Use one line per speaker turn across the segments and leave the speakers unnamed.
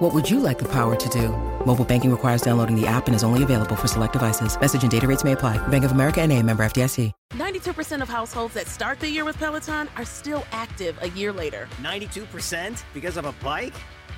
What would you like the power to do? Mobile banking requires downloading the app and is only available for select devices. Message and data rates may apply. Bank of America and a member FDIC.
92% of households that start the year with Peloton are still active a year later.
92% because of a bike?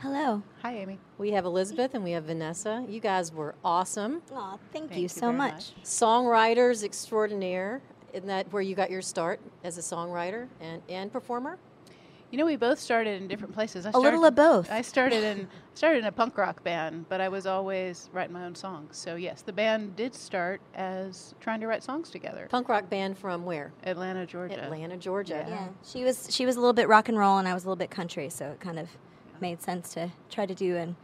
Hello.
Hi, Amy.
We have Elizabeth and we have Vanessa. You guys were awesome.
Aw, thank,
Thank
you
you
so
very
much.
much.
Songwriters extraordinaire. Isn't that where you got your start as a songwriter and, and performer?
You know, we both started in different places. I
A little
started-
of both.
I started in started in a punk rock band, but I was always writing my own songs. So yes, the band did start as trying to write songs together.
Punk rock band from where?
Atlanta, Georgia.
Atlanta, Georgia.
Yeah. She was she was a little bit rock and roll and I was a little bit country, so it kind of made sense to try to do an,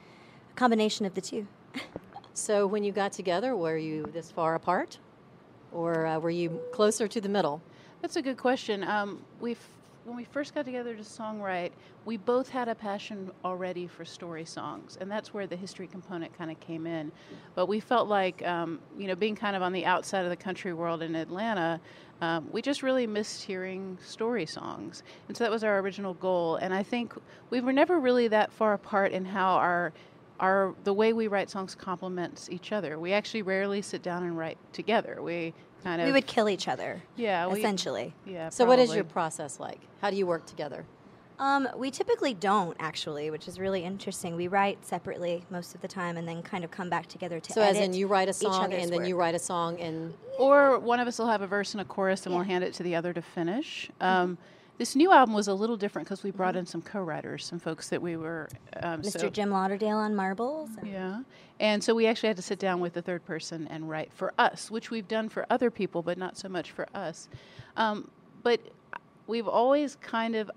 a combination of the two.
So when you got together, were you this far apart? Or uh, were you closer to the middle?
That's a good question. Um, we f- when we first got together to songwrite, we both had a passion already for story songs, and that's where the history component kind of came in. But we felt like, um, you know, being kind of on the outside of the country world in Atlanta, um, we just really missed hearing story songs, and so that was our original goal. And I think we were never really that far apart in how our our the way we write songs complements each other. We actually rarely sit down and write together. We kind of
We would kill each other.
yeah we-
essentially.
yeah.
So what is your
probably.
process like? How do you work together?
Um, we typically don't actually, which is really interesting. We write separately most of the time and then kind of come back together to
So as in
edit
you write a
each
song
other's
and then you
work.
write a song and
Or one of us will have a verse and a chorus, and we'll hand it to the other to finish.
Mm-hmm.
Um, This new album was a little different because we brought in some co-writers, some folks that we were. Um,
Mr.
so-
Jim Lauderdale on marbles. and-
Yeah, and so we actually had to sit down with the third person and write for us, which we've done for other people, but not so much for us. Um, but we've always kind of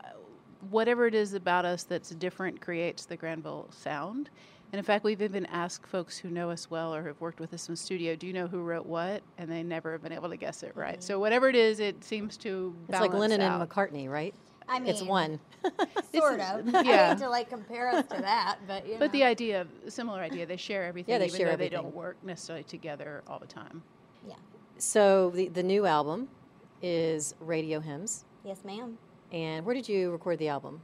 whatever it is about us that's different creates the Granville sound. And in fact, we've even asked folks who know us well or have worked with us in the studio, "Do you know who wrote what?" And they never have been able to guess it right. So whatever it is, it seems to
Mm-hmm. it's
balance
like Lennon
out.
and McCartney, right?
I mean,
it's one.
sort of. I
yeah.
hate to like compare us to that, but you know.
But the idea, similar idea, they share everything,
they
even
share
though
everything.
they don't work necessarily together all the time.
so the, the new album is Radio Hymns.
Yes, ma'am.
And where did you record the album?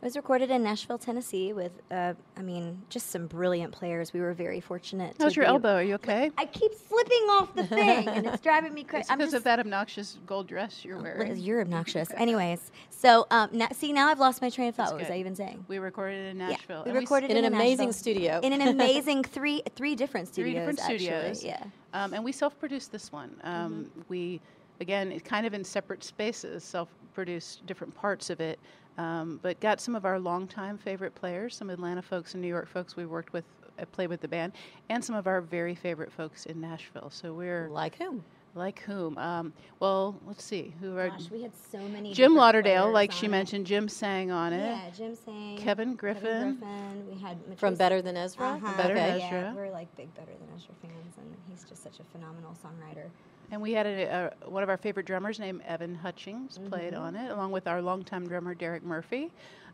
It was recorded in Nashville, Tennessee, with uh, I mean, just some brilliant players. We were very fortunate.
How's
to
your
be-
elbow? Are you okay?
I keep slipping off the thing, and it's driving me crazy.
It's
I'm
because
just
of that obnoxious gold dress you're
Liz,
wearing.
You're obnoxious. Anyways, so um, na- see now I've lost my train of thought. What was
good.
I even saying?
We recorded it in Nashville.
we
and s-
recorded
in
it
an amazing
Nashville.
studio.
In an amazing three three different studios.
three different
actually.
studios.
Yeah. Mm-hmm.
Um, and we self-produced this one. Um, We, again, it kind of in separate spaces, self-produced different parts of it, um, but got some of our longtime favorite players, some Atlanta folks and New York folks we worked with, uh, played with the band, and some of our very favorite folks in Nashville. So we're
Like whom?
like whom? Um, well, let's see. Who are
Gosh, we had so many.
Jim
different
Lauderdale,
players
like she
on it.
mentioned, Jim sang on it.
Yeah, Jim sang.
Kevin Griffin.
Griffin. We had Matrice.
From Better Than Ezra?
Uh-huh.
Better Than
Okay.
Ezra.
Yeah, we're like big Better Than Ezra fans, and he's just such a phenomenal songwriter.
And we had a, a, one of our favorite drummers named Evan Hutchings played on it, along with our longtime drummer Derek Murphy.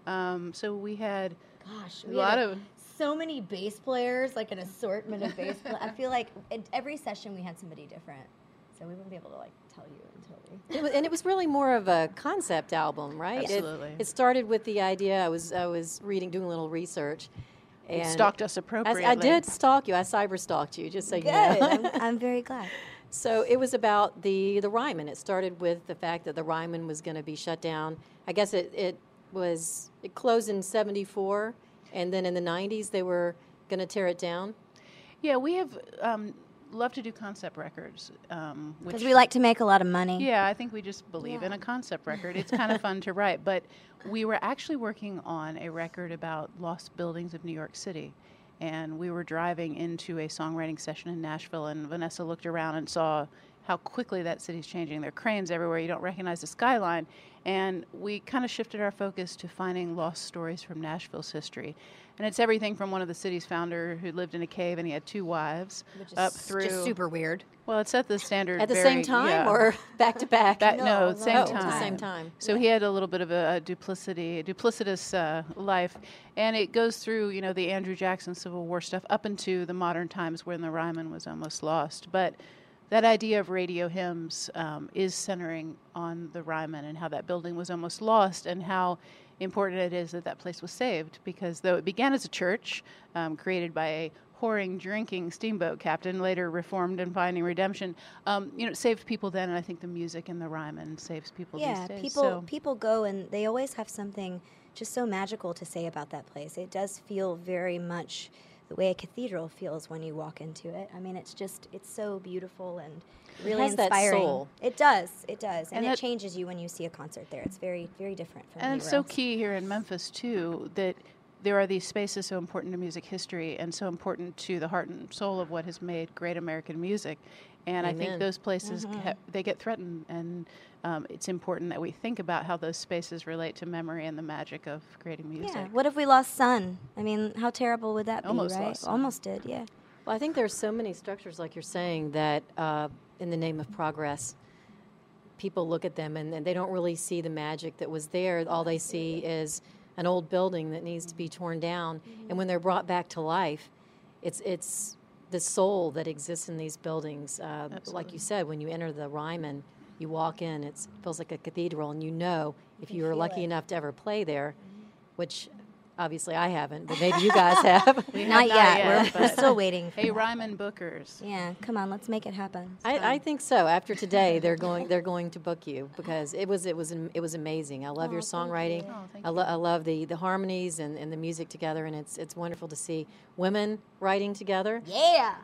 Um, so we had
gosh,
a
we
lot
had
of-
so many bass players, like an assortment of bass. players. I feel like at every session we had somebody different, so we wouldn't be able to like tell you until we.
It wa- and it was really more of a concept album, right? It-
Absolutely.
It, started with the idea. I was I was reading, doing a little research. And
stalked us
I,
appropriately.
s- I did stalk you. I cyber stalked you, just so you know.
Good. I'm, I'm very glad.
So it was about the the Ryman. It started with the fact that the Ryman was going to be shut down. I guess it it was it closed in '74, and then in the '90s they were going to tear it down.
Yeah, we have um, love to do concept records. Um,
Because
which-
we like to make a lot of money.
Yeah, I think we just believe in a concept record. It's kind of fun to write, but we were actually working on a record about lost buildings of New York City. And we were driving into a songwriting session in Nashville, and Vanessa looked around and saw how quickly that city's changing. There are cranes everywhere, you don't recognize the skyline. And we kind of shifted our focus to finding lost stories from Nashville's history. And it's everything from one of the city's founder who lived in a cave and he had two wives
Which is
up through
just super weird.
Well, it's at the standard
At the
very-
same time
yeah.
or back to back?
That, no,
no,
same
oh,
time.
the same time.
So he had a little bit of a, a duplicity, duplicitous uh, life, and it goes through, you know, the Andrew Jackson Civil War stuff up into the modern times when the Ryman was almost lost. But that idea of radio hymns um, is centering on the Ryman and how that building was almost lost and how important it is that that place was saved because though it began as a church um, created by a whoring, drinking steamboat captain, later reformed and finding redemption, um, you know, it saved people then, and I think the music and the Ryman saves people
Yeah,
these days.
people
so-
people go and they always have something just so magical to say about that place. It does feel very much the way a cathedral feels when you walk into it. I mean, it's just it's so beautiful and really
has that
inspiring.
soul.
It does, it does, and,
And
it
that-
changes you when you see a concert there. It's very very different from
And it's
anywhere
so
else.
key here in Memphis too that there are these spaces so important to music history and so important to the heart and soul of what has made great American music. And I think those places
Mm-hmm.
ca- they get threatened, and um, it's important that we think about how those spaces relate to memory and the magic of creating music.
Yeah. What if we lost Sun? I mean, how terrible would that
Almost
be? Right.
lost Sun.
Almost did. Yeah.
Well, I think there's so many structures, like you're saying, that uh, in the name of progress, people look at them and, and they don't really see the magic that was there. All they see is an old building that needs to be torn down. And when they're brought back to life, it's it's the soul that exists in these buildings. Uh, like you said, when you enter the Ryman, you walk in, it's, it feels like a cathedral, and you know if you were lucky enough to ever play there, which obviously I haven't, but maybe you guys have.
Not,
not
yet.
yet,
We're- We're,
but-
still waiting. For
Hey,
that.
Ryman Bookers.
Yeah. Come on. Let's make it happen.
Um,
I, I think so. After today, they're going they're going to book you because it was it was am- it was amazing. I love
Oh,
your songwriting. I, lo- I love the the harmonies and, and the music together, and it's it's wonderful to see women writing together.
Yeah.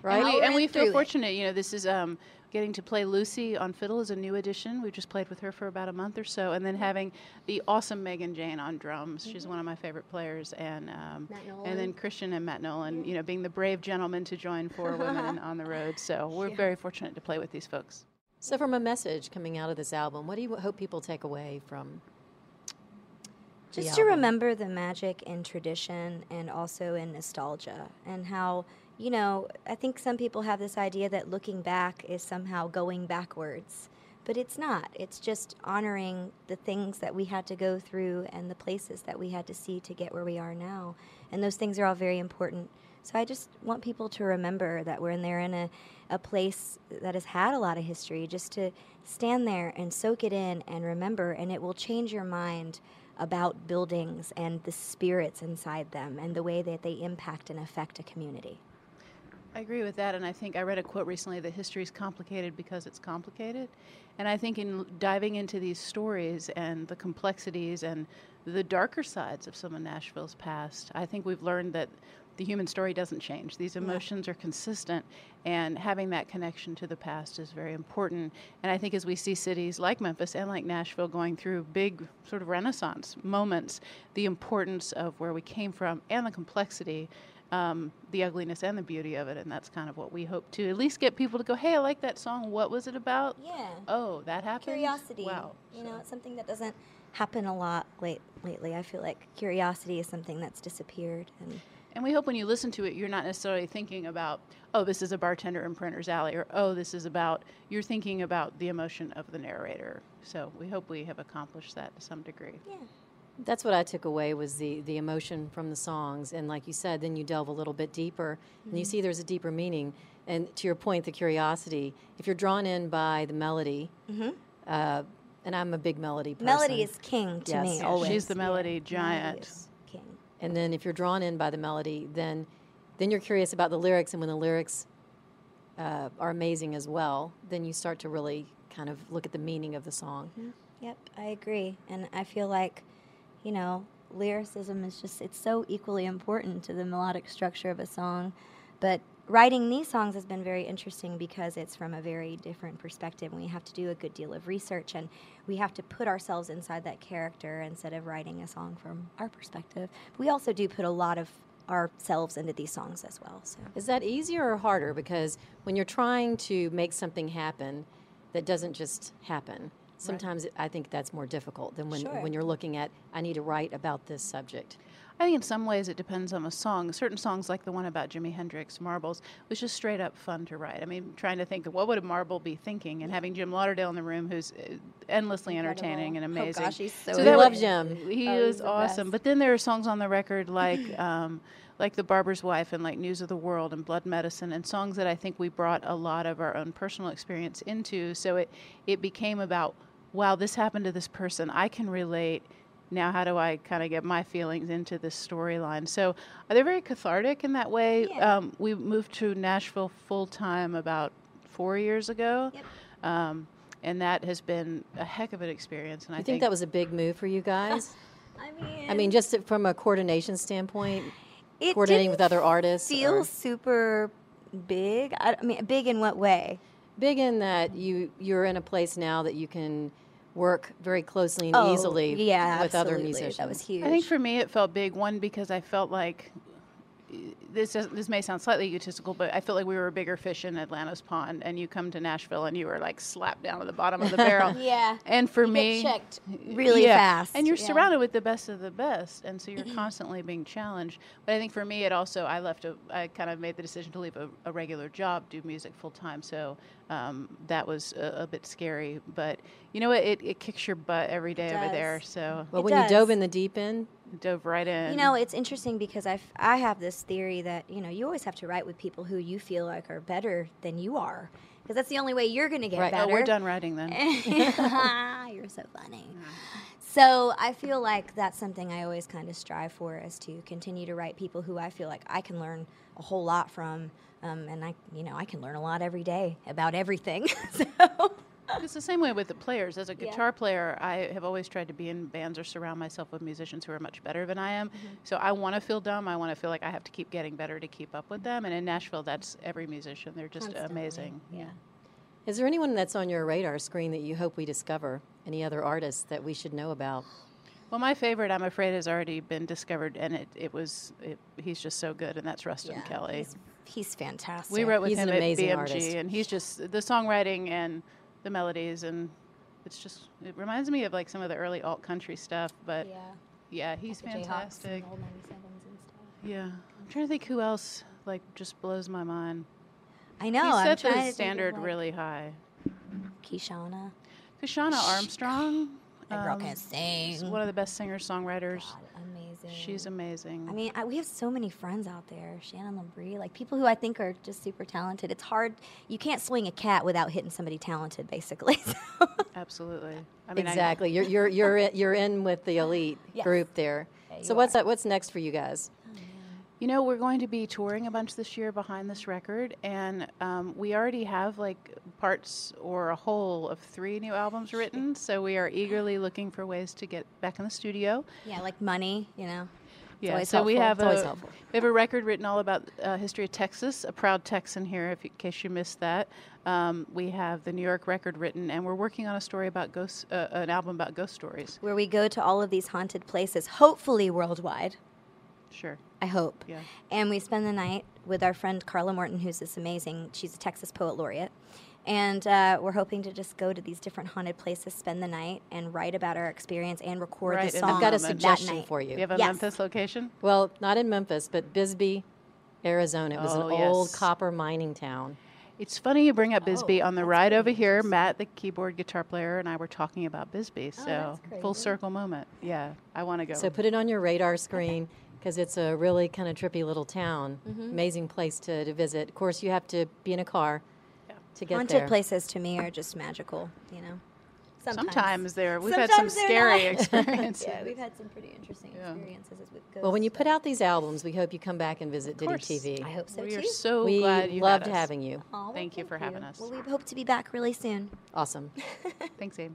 Right?
And we, and we
through
feel
it.
fortunate. You know, this is um, getting to play Lucy on fiddle is a new addition. We just played with her for about a month or so, and then having the awesome Megan Jane on drums. She's one of my favorite players, and um, and then Christian and Matt Nolan. You know, being the brave gentlemen to join four women on the road. So we're very fortunate to play with these folks.
So, from a message coming out of this album, what do you hope people take away from?
Just
the
to
album.
remember the magic in tradition and also in nostalgia and how, you know, I think some people have this idea that looking back is somehow going backwards, but it's not. It's just honoring the things that we had to go through and the places that we had to see to get where we are now. And those things are all very important. So I just want people to remember that when they're in a, a place that has had a lot of history, just to stand there and soak it in and remember, and it will change your mind about buildings and the spirits inside them and the way that they impact and affect a community.
I agree with that, and I think I read a quote recently that history is complicated because it's complicated. And I think in l- diving into these stories and the complexities and the darker sides of some of Nashville's past, I think we've learned that the human story doesn't change. These emotions are consistent, and having that connection to the past is very important. And I think as we see cities like Memphis and like Nashville going through big sort of renaissance moments, the importance of where we came from and the complexity um, the ugliness and the beauty of it, and that's kind of what we hope to at least get people to go, "Hey, I like that song. What was it about?
Yeah.
Oh, that happened.
Curiosity.
Wow.
You know, it's something that doesn't happen a lot late lately. I feel like curiosity is something that's disappeared and
And we hope when you listen to it, you're not necessarily thinking about, "Oh, this is a bartender in Printer's Alley," or "Oh, this is about." You're thinking about the emotion of the narrator. So we hope we have accomplished that to some degree.
That's what I took away was the the emotion from the songs, and like you said, then you delve a little bit deeper, and you
Mm-hmm.
see there's a deeper meaning. And to your point, the curiosity. If you're drawn in by the melody, uh, and I'm a big melody person.
Mm-hmm. melody is king to
Yes.
me
Yeah,
always.
She's the melody giant.
Yes, king.
and then if you're drawn in by the melody, then then you're curious about the lyrics, and when the lyrics uh, are amazing as well, then you start to really kind of look at the meaning of the song.
Mm-hmm. Yep, I agree. And I feel like, you know, lyricism is just, it's so equally important to the melodic structure of a song. But writing these songs has been very interesting because it's from a very different perspective. We have to do a good deal of research and we have to put ourselves inside that character instead of writing a song from our perspective. We also do put a lot of ourselves into these songs as well. So
Is that easier or harder? Because when you're trying to make something happen that doesn't just happen, sometimes it- I think that's more difficult than when,
Sure.
when you're looking at, I need to write about this subject.
I think in some ways it depends on the song. Certain songs, like the one about Jimi Hendrix, Marbles, was just straight up fun to write. I mean, trying to think of what would a marble be thinking, and having Jim Lauderdale in the room, who's uh, endlessly entertaining and
Oh
amazing.
gosh, he's so.
So
we
that
love
was-
Jim.
He
Oh, he's
is
the best.
awesome. But then there are songs on the record like um, like The Barber's Wife and like News of the World and Blood Medicine and songs that I think we brought a lot of our own personal experience into. So it it became about wow, this happened to this person. I can relate. Now, how do I kind of get my feelings into this storyline? So, uh, they're very cathartic in that way. Um, we moved to Nashville full time about four years ago, um, and that has been a heck of an experience. And
I
I
think, that was a big move for you guys.
I mean,
I mean, just from a coordination standpoint,
it
coordinating
didn't
with other artists.
feel
or-
super big. I, I mean, big in what way?
big in that you you're in a place now that you can work very closely and
Oh,
easily
yeah,
with other
absolutely.
musicians.
That was huge.
I think for me it felt big. One because I felt like this doesn't, this may sound slightly egotistical, but I felt like we were a bigger fish in Atlanta's pond, and you come to Nashville and you were like slapped down to the bottom of the barrel.
Yeah.
And for
You get
me,
checked
really fast,
and you're
yeah. Mm-hmm.
surrounded with the best of the best, and so you're constantly being challenged. But I think for me, it also I left a I kind of made the decision to leave a, a regular job, do music full time, so um, that was a, a bit scary. But you know what? It, it kicks your butt every day over
does.
there. So
but
It
when
does.
you dove in the deep end,
dove right in.
You know, it's interesting because I, f- I have this theory that, you know, you always have to write with people who you feel like are better than you are. Because that's the only way you're going to get
Right.
Oh,
better.
we're done writing then.
You're so funny. So I feel like that's something I always kind of strive for is to continue to write people who I feel like I can learn a whole lot from. Um, and I, you know, I can learn a lot every day about everything. so
it's the same way with the players. As a guitar player, I have always tried to be in bands or surround myself with musicians who are much better than I am.
Mm-hmm.
So I want to feel dumb. I want to feel like I have to keep getting better to keep up with them. And in Nashville, that's every musician. They're just amazing. Yeah.
is there anyone that's on your radar screen that you hope we discover? Any other artists that we should know about?
Well, my favorite, I'm afraid, has already been discovered, and it, it was it, he's just so good, and that's Rustin Kelly.
he's, he's fantastic.
we wrote with
He's
him
an
at
amazing
BMG,
artist.
and he's just the songwriting and the melodies, and it's just it reminds me of like some of the early alt country stuff. But yeah, he's fantastic. Yeah, I'm trying to think who else like just blows my mind.
I know.
he
Oh, I'm
set
trying to think
the
of,
standard
like,
really high.
Keyshawna.
Kashana Armstrong,
That girl
um,
can
is
sing.
one of the best singer songwriters.
Amazing.
She's amazing.
I mean, I, we have so many friends out there. Shannon Labrie, like people who I think are just super talented. It's hard. You can't swing a cat without hitting somebody talented, basically. So,
Absolutely. I mean, I-
exactly. you're you're you're in, you're in with the elite group there. so what's that, what's next for you guys?
You know, we're going to be touring a bunch this year behind this record, and um, we already have like parts or a whole of three new albums written. So we are eagerly looking for ways to get back in the studio.
yeah, like money, you know.
Yeah,
always
so we
helpful.
have
It's always
a
helpful.
we have a record written all about uh, history of Texas. A proud Texan here, if you, in case you missed that. Um, we have the New York record written, and we're working on a story about ghosts, uh, an album about ghost stories.
Where we go to all of these haunted places, hopefully worldwide.
Sure.
I hope.
Yeah.
And we spend the night with our friend Carla Morton, who's this amazing, she's a Texas poet laureate. And uh, we're hoping to just go to these different haunted places, spend the night, and write about our experience and record
Right,
the
and
song.
I've
Got a
Moment.
suggestion
night.
for you.
We have a
Yes.
Memphis location.
Well, not in Memphis, but Bisbee, Arizona. It was
Oh,
an old
yes.
copper mining town.
It's funny you
Oh,
bring up Bisbee. on the ride over here, Matt, the keyboard guitar player, and I were talking about Bisbee.
Oh,
So full circle moment. Yeah, I want to go.
So put it on your radar screen because it's a really kind of trippy little town.
Mm-hmm.
Amazing place to, to visit. Of course, you have to be in a car to get
Haunted
there.
places to me are just magical, you know.
sometimes, there we've had
Sometimes
some
they're
scary
not.
experiences.
Yeah, we've had some pretty interesting experiences as we've
Well, when you put out these albums, we hope you come back and visit Diddy
course.
TV.
I hope so
we
too.
are so
we
glad you
loved
had us.
having you.
Aw, well,
Thank you for having us.
Well, we hope to be back really soon.
Awesome.
Thanks, Amy.